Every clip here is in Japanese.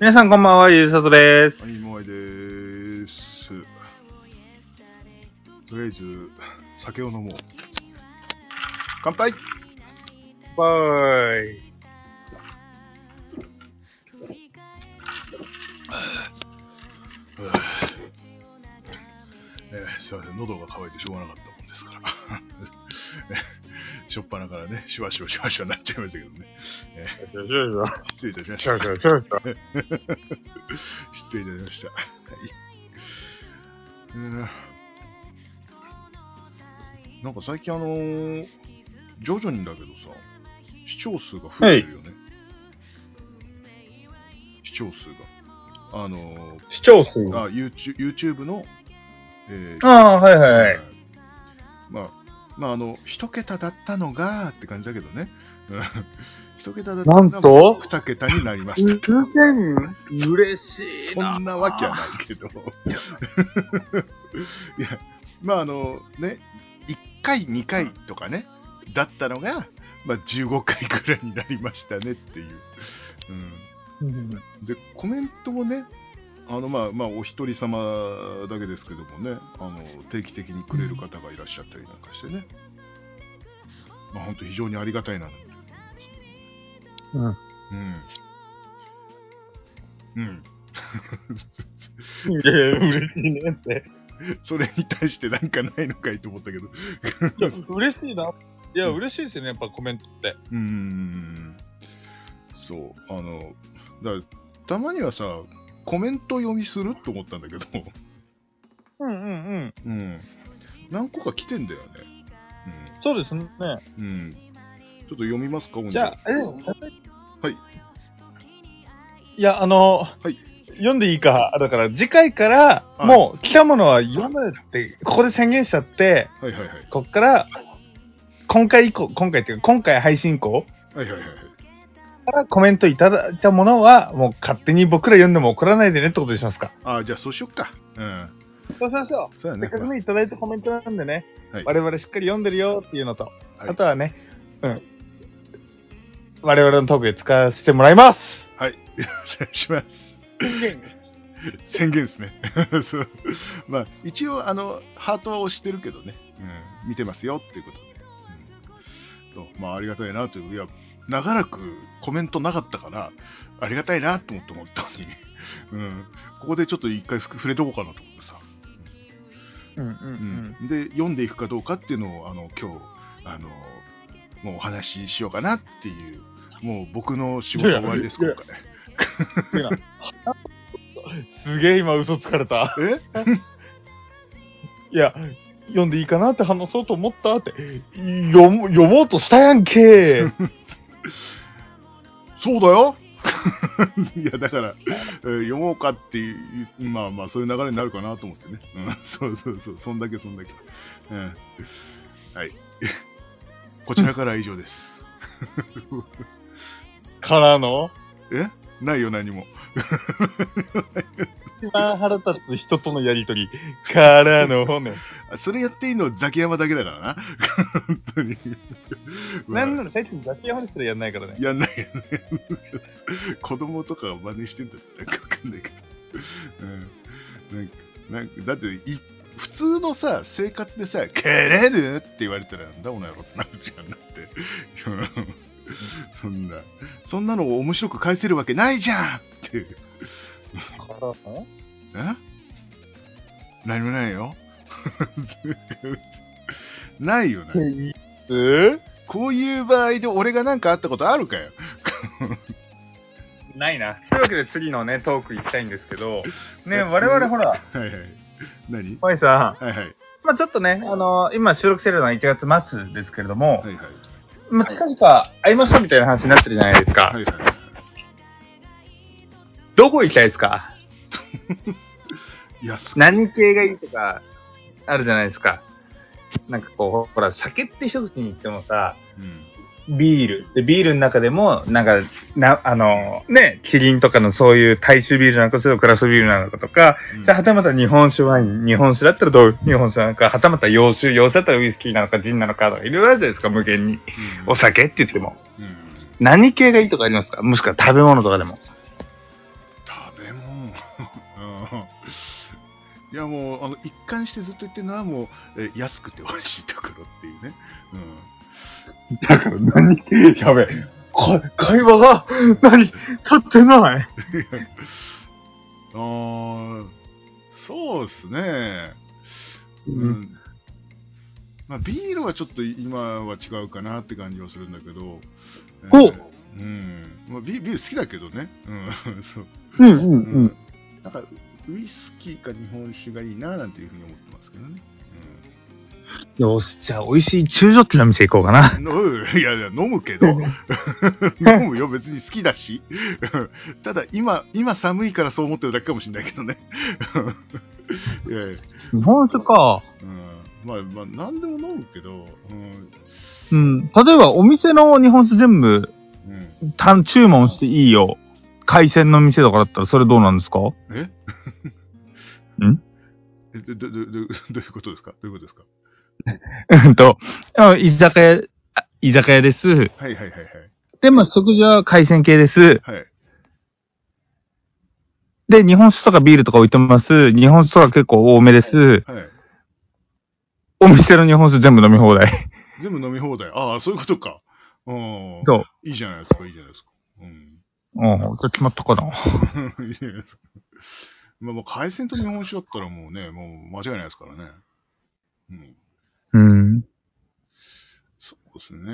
皆さんこんばんは、ゆうさとです。はい、もういでーす。とりあえず、酒を飲もう。乾杯バ イ。えーすいません、喉が渇いてしょうがなかったもんですから。 えしょっぱなからね、シュワシュワシュワシュワなっちゃいましたけどね。失礼いたしました。失礼いたしました。はい。えーなんか最近あのー徐々にだけどさ、視聴数が増えてるよね。視聴数が。あの視聴数ー、あ、YouTube, YouTube の、えーああー、はいはいはい。まあ、まあ、あの、一桁だったのが、って感じだけどね。うん一桁だったなのんが、と、二桁になりました。偶然、嬉しいな。そんなわけはないけど。いや、まああのね、1回、2回とかね、だったのが、まあ15回くらいになりましたねっていう。うんうん、で、コメントもね、あのまあまあお一人様だけですけどもね、あの定期的にくれる方がいらっしゃったりなんかしてね、まあ本当非常にありがたいなと思いますけどね。うん。うん。いやいや、嬉しいねって。それに対してなんかないのかいと思ったけど。いや嬉しいな。いや、嬉しいですよね、やっぱコメントって。うーん。そう。あの、だたまにはさ、コメント読みすると思ったんだけど、うんうんうん。うん。何個か来てんだよね。そうですね。うん。うん。ちょっと読みますか、。じゃあ、えはいいや、あの、はい読んでいいか、だから次回から、はいもう来たものは読むって、ここで宣言しちゃって、本はいはいはい。こっから、今回以降、今回っていうか、今回配信以降はいはいはいはい。からコメントいただいたものは、もう勝手に僕ら読んでも怒らないでねってことにしますか。あじゃあそうしよっか。うん。そうしましょそうやう。ね。せっかくね、いただいたコメントなんでね、はい我々しっかり読んでるよっていうのと、はいあとはね、うん。我々のトークで使わせてもらいますはい。よろ しくお願いします。宣言ですね。 そうまあ、一応、あの、ハートは押してるけどね、うん、見てますよっていうことで、うんそうまあ、ありがたいなという、いや、長らくコメントなかったから、ありがたいなと思って思ったのに、 うん、ここでちょっと一回ふく触れとこうかなと思ってさ、うんうんううんん。で、読んでいくかどうかっていうのを、あの、今日、あの、もうお話ししようかなっていう、もう僕の仕事終わりです、いや今回。ってなすげえ今嘘つかれた。えいや、読んでいいかなって話そうと思ったって、読も読もうとしたやんけそうだよ いや、だから、えー読もうかっていう、まあまあ、そういう流れになるかなと思ってね。うん、 そうそうそう、そんだけそんだけ。うん、はい。 こちらからは以上です。からの、えないよ、何も。一番腹立つ人とのやりとり、からのね。あそれやっていいのザキヤマだけだからな。 本当に。なんまなら最近ザキヤマですらやんない からねあ。やんないよね。子供とかが真似してんだってなんかわかんないけど。うん、なんかなんかだってい普通のさ生活でさ「蹴れる?」って言われたら「なんだこの野郎」ってなるじゃんなってそんなそんなのを面白く返せるわけないじゃんってからのえ何もないよないよねえこういう場合で俺が何かあったことあるかよないな。というわけで次のね、トーク行きたいんですけど、ね、え我々ほら、はいはい何マイさん、はいはいまあちょっとね、あの今収録してるのは1月末ですけれども、はいはいまあ近々会いましょうみたいな話になってるじゃないですか。はいはいどこ行きたいですかいやす何系がいいとか、あるじゃないですか。なんかこう、ほら、酒って一口に言ってもさ、うんビール。で、ビールの中でも、なんか、な、あの、ね、キリンとかのそういう大衆ビールなのか、それともクラフトビールなのかとか、うんじゃあはたまた日本酒ワイン、日本酒だったらどう、日本酒なのか、はたまた洋酒、洋酒だったらウイスキーなのか、ジンなのかとか、いろいろあるじゃないですか、無限に。うんお酒って言っても。うん何系がいいとかありますかもしくは食べ物とかでも。食いやもうあの一貫してずっと言ってるのはもう、えー安くて美味しいところっていうね、うん、だから何、やべえ。か会話が、 何、立ってない。ああ、そうですね。うう。ん。まあ、ビールはちょっと今は違うかなって感じはするんだけど。おえーうん。まあ、ビビール好きだけどね。うん。 そう。うんうんうん。なんか、ウイスキーか日本酒がいいななんていうふうに思ってますけどね。よし、じゃあ美味しい中ジョッキの店行こうかな。うん、飲 むいやいや、飲むけど。 飲むよ、別に好きだし。ただ、今、今寒いからそう思ってるだけかもしれないけどね。いやいや日本酒か。うんまあまあ何でも飲むけど、うんうん。例えばお店の日本酒全部、うん、た注文していいよ。海鮮の店とかだったらそれどうなんですか えんえどどどどどういうことですかどういうことですかうんと、あ居酒屋、あ居酒屋です。はいはいはいで、まあ食事は海鮮系です。はい。はい。で、日本酒とかビールとか置いてます。日本酒とか結構多めです。はい、お店の日本酒全部飲み放題。全部飲み放題。ああ、そういうことか。うん。そう。いいじゃないですか、いいじゃないですか。うん。うん、じゃあ決まったかな。 いいじゃないですか。まあもう海鮮と日本酒だったらもうね、もう間違いないですからね。うん。うん。そうですね。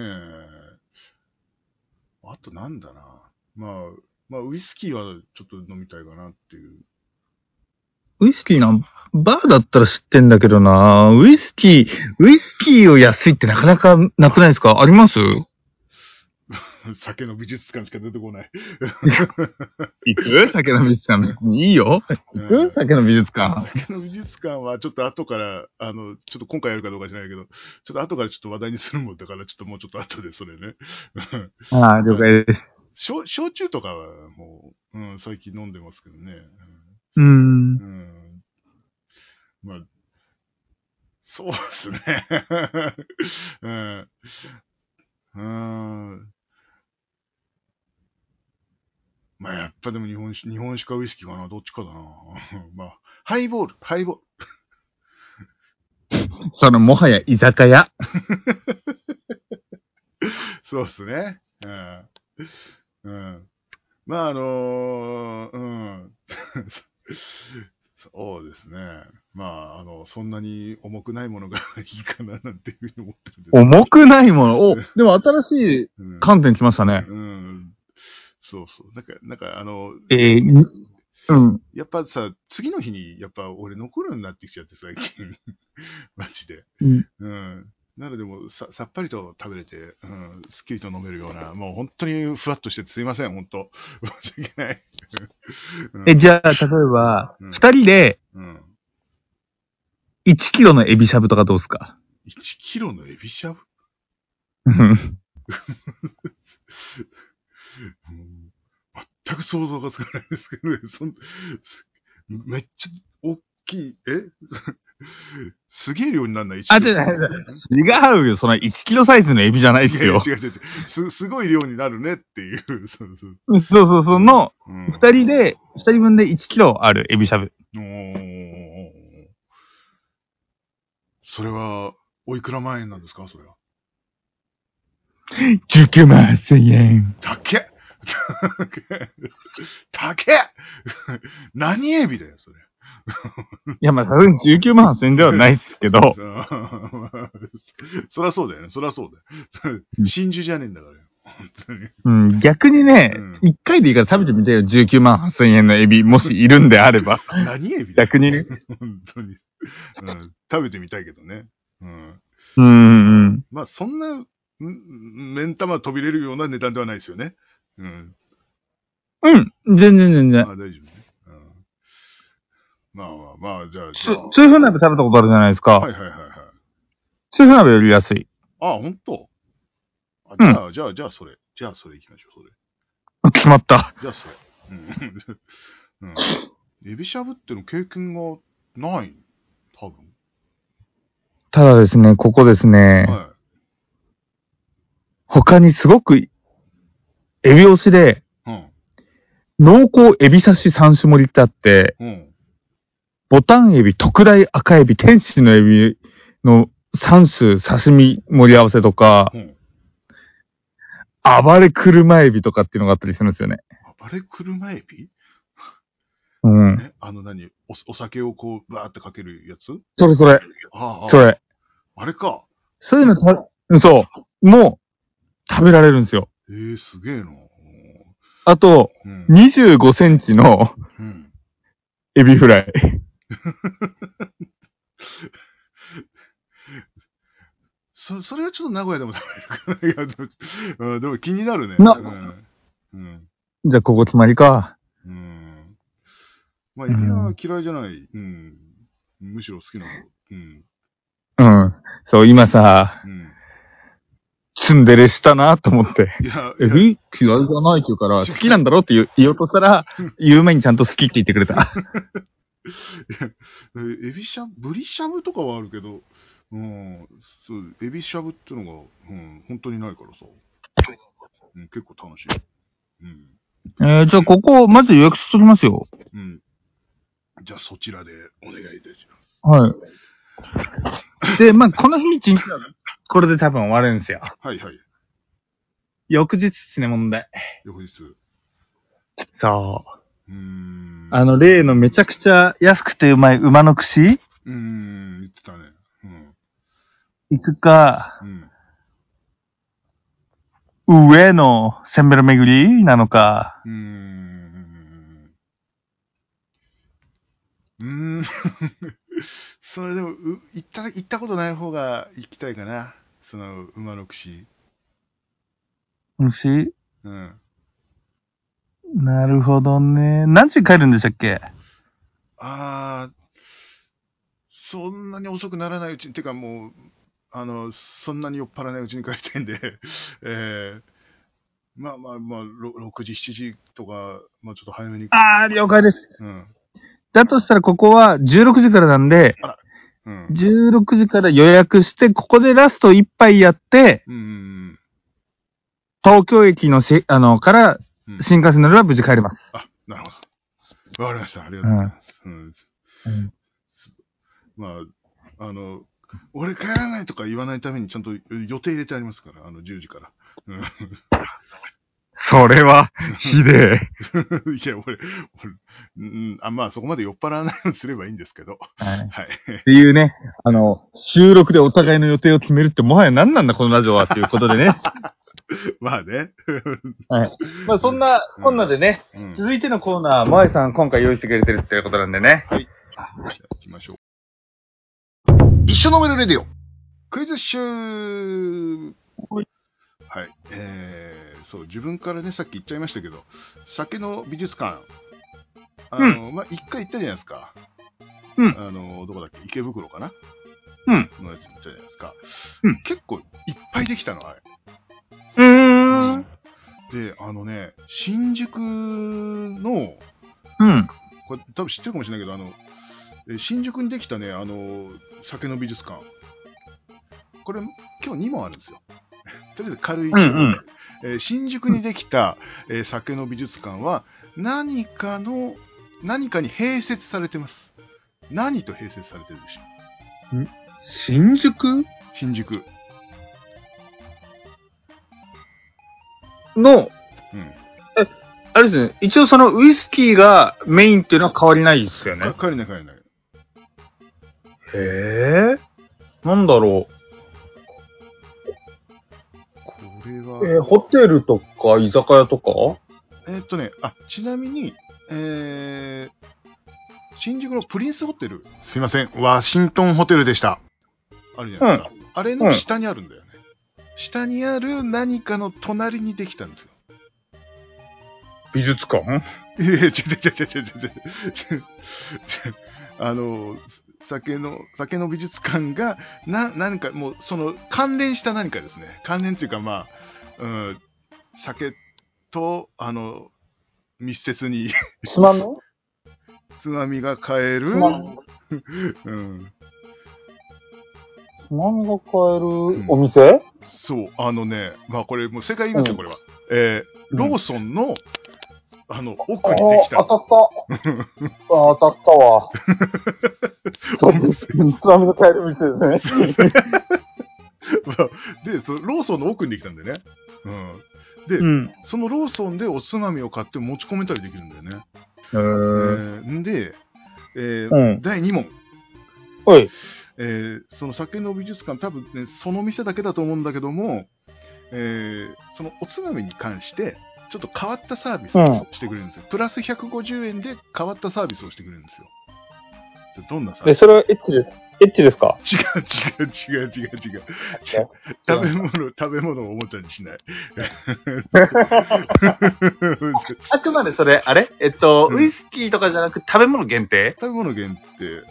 あとなんだな。まあ、まあウイスキーはちょっと飲みたいかなっていう。 ウイスキーな、バーだったら知ってんだけどな。ウイスキー、ウイスキーを安いってなかなかなくないですかあります酒の美術館しか出てこない。行く酒の美術館。いいよ。行うんく酒の美術館。酒の美術館はちょっと後から、あの、ちょっと今回やるかどうか知らないけど、ちょっと後からちょっと話題にするもんだから、ちょっともうちょっと後でそれね。 ああ、了解です。焼焼酎とかはもう、うん、最近飲んでますけどね。うんう。ん。うんまあ、そうですね。 うん。うん。まあ、やっぱでも日本酒、日本酒かウイスキーかな、どっちかだな。 まあ、ハイボール、ハイボール。その、もはや居酒屋。 そうっすね。うん。うん。まあ、あのーうん。 そうですね。まあ、あの、そんなに重くないものがいいかな、なんていうふうに思ってるんです重くないもの。お、でも新しいうん観点来ましたね。うん。そうそう。なんか、なんか、あの、えー、にうん。やっぱさ、次の日に、やっぱ俺残るようになってきちゃって、最近。 マジで。うんうん。なのでもうさ、さっぱりと食べれて、うん、すっきりと飲めるような、もう本当にふわっとしてすいません、本当。申し訳ない。うんえ、じゃあ、例えば、うん二人でうん。 1キロのエビしゃぶとかどうですか1キロのエビしゃぶ、うんうん、全く想像がつかないですけどね、そんめっちゃ大きい、え すげえ量にならないあ、違う違うよ。その1キロサイズのエビじゃないいでやすいやよ。違う違う違うす。すごい量になるねっていう。そうそうそうそう、その、うん二人で、二人分で1キロあるエビしゃぶ。おーそれは、おいくら万円なんですかそれは。 19万1000円。 たけたけ何エビだよ、それ。いや、まあ、さすがに19万8000円ではないですけど、 そりゃそうだよね。そりゃそうだよ。真珠じゃねえんだからよ。本当に。うん、逆にねうん、一、回でいいから食べてみてよ。19万8000円のエビ、もしいるんであれ ば。何エビだよ。逆にね。本当に、うん。食べてみたいけどね。うん、うんうんうん。まあ、そんな、んん目ん玉飛びれるような値段ではないですよね。うん。うん、全然全然。あ、大丈夫ね。うん。まあまあまあ、じゃあ、つじゃあ痛風鍋食べたことあるじゃないですか。はいはいはいはい。痛風鍋より安い。あ、本当。あ、じゃあ、じゃあ、じゃあ、それ。じゃあ、それ行きましょう、それ。決まった。じゃあ、それ。うん。 うん。エビしゃぶっての経験がない多分。ただですね、ここですね、は他にすごく、エビ推しで、い。うん。濃厚エビ刺し三種盛りってあって、うん。ボタンエビ、特大赤エビ、天使のエビの3種刺身盛り合わせとか、うん暴れ車エビとかっていうのがあったりするんですよね。暴れ車エビうん。えあの何おお酒をこう、バーってかけるやつそれそれ、ああそああ、れ。あれか。そういうのた、そう、もう食べられるんですよ。えー、すげえな。あと、うん。 25センチの うん、エビフライ。そそれはちょっと名古屋でも食べれるかな。い やでもうん、でも気になるね。なうん。うんじゃあ、ここ決まりか。うんまあ、エビは嫌いじゃない。うん。むしろ好きなの。うん。うん。そう、今さ、うん。ツンデレしたなと思って。いや、エビ嫌いじゃないって言う から、好きなんだろって言う言おうとしたら、言う前にちゃんと好きって言ってくれた。エビしゃぶ、ブリしゃぶとかはあるけど、うん、そう、エビしゃぶってのが、うん、本当にないからさ。うん、結構楽しい。うん。 えー、じゃあここ、まず予約しときますよ。うん。じゃあ、そちらでお願いいたしまはい。で、まあ、この日一日は、これで多分終わるんですよ。す。はいはい。翌日ですね、問題。翌日。そう。うーん。あの、例のめちゃくちゃ安くてうまい馬の串うーん、言ってたね。うん。行くか、うん。上のセンベロ巡りなのか。うーん。うーん。 それでも、う行った、行ったことない方が行きたいかな。その、馬の串。虫うん。なるほどね。何時に帰るんでしたっけああ、そんなに遅くならないうちに、てかもう、あの、そんなに酔っ払わないうちに帰りたいんで、 えー、まあまあまあ、ろ6時、7時とか、まあちょっと早めに。あー、了解です。うん。だとしたらここは16時からなんで、うん。 16時から予約して、ここでラスト一杯やって、うん。東京駅のし、あの、からうん新幹線乗れば無事帰れます。あ、なるほど。わかりました。ありがとうございます。うん。まあ、あの、俺帰らないとか言わないためにちゃんと予定入れてありますから、あの、10時から。うんそれは、ひでえ。 いや、俺、俺うん、あまあ、そこまで酔っ払わないようにすればいいんですけど、はいはい。 っていうね、あの、収録でお互いの予定を決めるって、もはや何なんだこのラジオはっていうことでね。まあね。まあそんな、こんなでね、うん、はい、続いてのコーナー、もあいさん今回用意してくれてるっていうことなんでね。行きましょう。一緒のメルレディオ、クイズ集はいはい。えー、そう、自分からね、さっき言っちゃいましたけど、酒の美術館、あの、まあ、一回行ったじゃないですか。うんあの、どこだっけ池袋かなうん。のやつ行ったじゃないですか。うん結構いっぱいできたの、あれ。うーん。で、あのね、新宿の、うん。これ多分知ってるかもしれないけど、あの、え新宿にできたね、あの、酒の美術館。これ、今日2問あるんですよ。 とりあえず軽うい、んうんえー新宿にできた、えー酒の美術館は、何かの、何かに併設されてます。何と併設されてるでしょ新宿う新宿。の、うん。あれですね、一応そのウイスキーがメインっていうのは変わりないですよね。か帰れない帰れない。へえ。なんだろこれは。う。えーホテルとか居酒屋とかえーっとね、あ、ちなみに、えー、新宿のプリンスホテル。すいません、ワシントンホテルでした。あるじゃないですか。あれの下にあるんだよね。下にある何かの隣にできたんですよ。美術館いやいや、違う違う違う違う違う違う。あの、酒の、酒の美術館が、な、何か、もう、その、関連した何かですね。関連というか、まあ、うん、酒と、あの、密接につまんの津波が変える、つまみうん、つまみが買えるお店そう、あのね、まあこれ、もう正解言いますよ、うんこれは。えーローソンの、あの、奥にできた。あ当たった。 あ当たった わ。そう です。津波の帰り道ですね。 で、そのローソンの奥にできたんだよね。うん。で、うん。そのローソンでおつまみを買って持ち込めたりできるんだよね。えー、えーんで、えーうん。第2問。はい。えーその酒の美術館、多分ね、その店だけだと思うんだけども、えーそのおつまみに関して、ちょっと変わったサービスをしてくれるんですよ。プラス150円で変わったサービスをしてくれるんですよ。それどんなサービえ、スそれはエッチです。エッチですか違う違う違う違う違う。食べ物、食べ物をおもちゃにし ない。あくまでそれ、あれえっと、うんウイスキーとかじゃなく食べ物限定食べ物限定、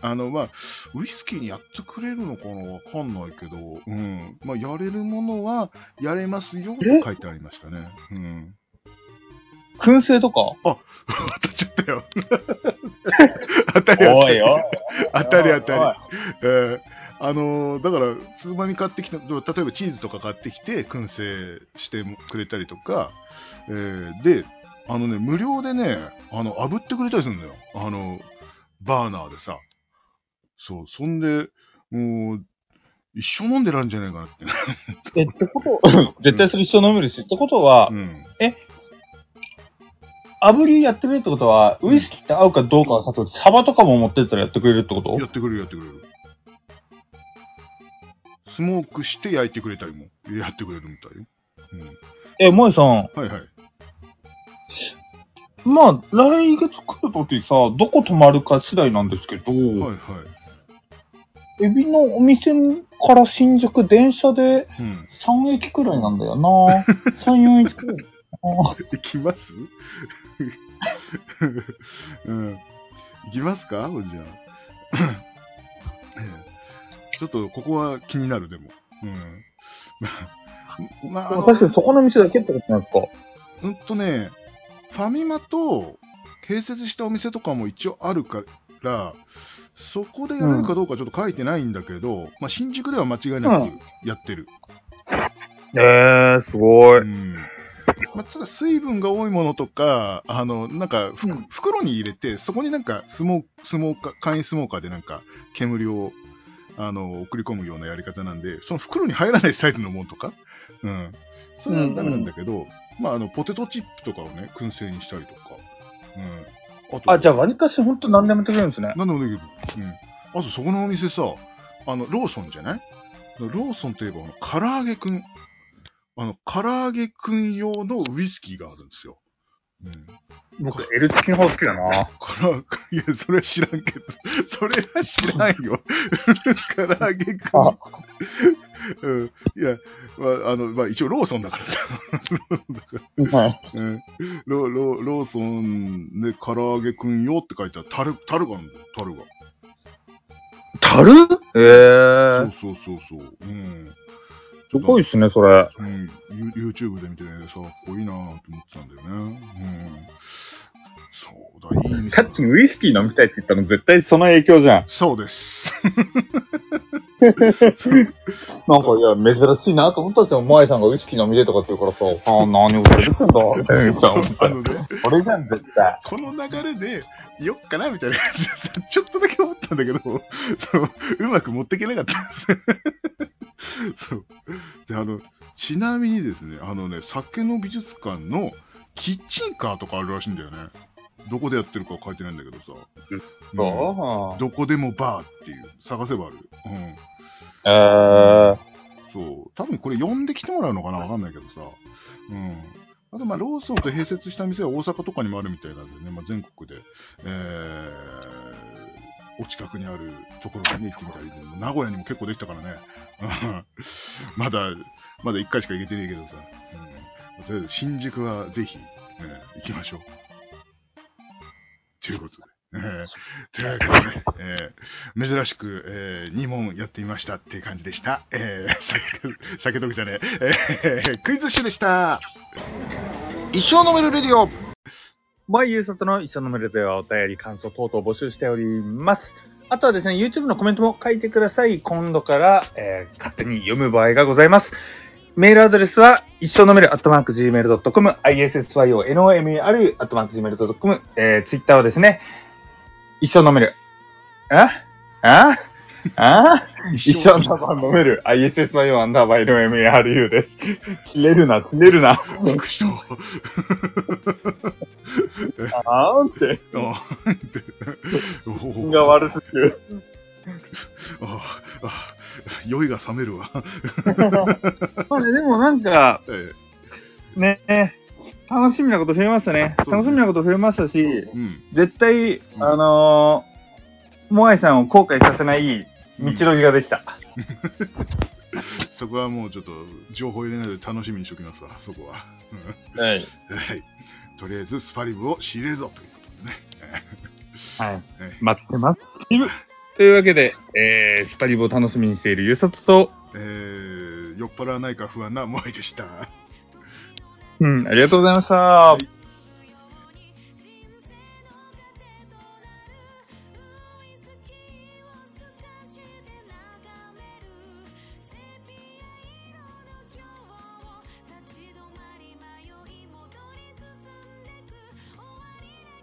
あの、まあ、ウイスキーにやってくれるのかなわかんないけど、うん。まあ、やれるものは、やれますよって書いてありましたね。うん。 燻製と か当たっちゃったよ。 当たりおいよ。 当たり当たりおいおい。えーあのーだから、つまみ買ってきた、例えばチーズとか買ってきて、燻製してくれたりとか、えーで、あのね、無料でね、あの、炙ってくれたりするんだよ。あの、バーナーでさ。そう、そんで、もう、一生飲んでられるんじゃないかなって。え、ってこと、 絶対それ一緒飲めるし。ってことはう、ん。炙りやってくれるってことは、ウイスキーって合うかどうかはさておき、サバとかも持ってったらやってくれるってことやってくれる、やってくれる。スモークして焼いてくれたりも、やってくれるみたいよ。え、萌えさん、うん。はいはい。まあ、来月来るときさ、どこ泊まるか次第なんですけど、はいはエビのお店から新宿電車でい。うん。 3駅くらいなんだよ な3、4駅くらい。あ行きます うん。行きますかほんじゃあちょっとここは気になる、でも。うん。まあ、ーあの確かにそこの店だけってことなんですかうんとね、ファミマと併設したお店とかも一応あるから、そこでやれるかどうかちょっと書いてないんだけど、まあ、新宿では間違いなくやってる。えー、すごう。んまあ、ただ水分が多いものとか、あのなんか、ふくうん袋に入れて、そこになんかスモースモーカー、簡易スモーカーでなんか煙をあの送り込むようなやり方なんで、その袋に入らないサイズのものとか、うん、それはダメなんだけど、まあ、あのポテトチップとかをね、燻製にしたりとか、うん、あとあ、じゃあ割かし本当何でもやってくれるんですね。なんでもできる。うん。あと、そこのお店さ、あの、ローソンじゃないローソンといえば、あの、唐揚げくん。あの、唐揚げくん用のウイスキーがあるんですよ。うん。僕、L 付きの方好きだな。唐揚げ、いや、それは知らんけど、 それは知らんよ。唐揚げくんあ。うん。いや、まあ、あの、まあ、一応ローソンだからさ。 はい。うんロロローソンで唐揚げくん用って書いてある。タル、タルがあるんだよ、タルが。樽えそーう、そうそうそう。うん。すごいっすね、それ。うん、ユ YouTube で見てね、さ、かっこいいなぁと思ってたんだよね。うん。そうだ、いい店さだっきのウイスキー飲みたいって言ったの絶対その影響じゃん。そうです。なんか、いや、珍しいなと思ったんですよ。マエさんがウイスキー飲みでとかって言うからさ、あー、何を売れてくんだみ たいな言ったら思っあたよ のね、それじゃん、絶対。この流れで、よっかなみたいな感じでさ、ちょっとだけ思ったんだけど、そううまく持っていけなかった。そう。で、あの、ちなみにですね、あのね、酒の美術館のキッチンカーとかあるらしいんだよね。どこでやってるかは書いてないんだけどさ、そどこでもバーっていう、探せばある。うん。う。えー、そう、多分これ呼んできてもらうのかなわかんないけどさ。うん。あと、まあ、ローソンと併設した店は大阪とかにもあるみたいなんでね、まあ、全国で、えー、お近くにあるところにね、行ってみたりで、名古屋にも結構できたからね。うんまだ、まだ1回しか行けてねえけどさ。うん、とりあえず、新宿はぜひ、ね、行きましょう。ということで。えーというわけでね、えー珍しく、え2問やってみましたっていう感じでした。えー、 酒徳じゃねえ、えー クイズッシュでした。一生飲めるレディオ毎夕卒の一緒のメールではお便り、感想等々募集しております。あとはですね、YouTube のコメントも書いてください。今度から、えー勝手に読む場合がございます。メールアドレスは、一生飲める、アットマーク Gmail.com、issyonomer、アットマーク Gmail.com、えー、ツイッターはですね、一生飲める、あああ一生アンダーバー飲める、issyo アンダーバー nomeru です。切れるな、切れるな。びっくりした。あーんって、あ ーお品ーが悪すぎる。あーあー酔いが冷めるわ。まあねでもなんか、えね、楽しみなこと増えましたね。そうね楽しみなこと増えましたし、えうん。絶対、あのー、モアイさんを後悔させない道のりができた。そこはもうちょっと情報入れないで楽しみにしておきますわ、そこは。はい。うんはい。とりあえずスパリブを仕入れるぞということでね。はい。待ってます。というわけで、えー、スパリブを楽しみにしているゆさとと、えー、酔っ払わないか不安なモアイでした。うん、ありがとうございました。い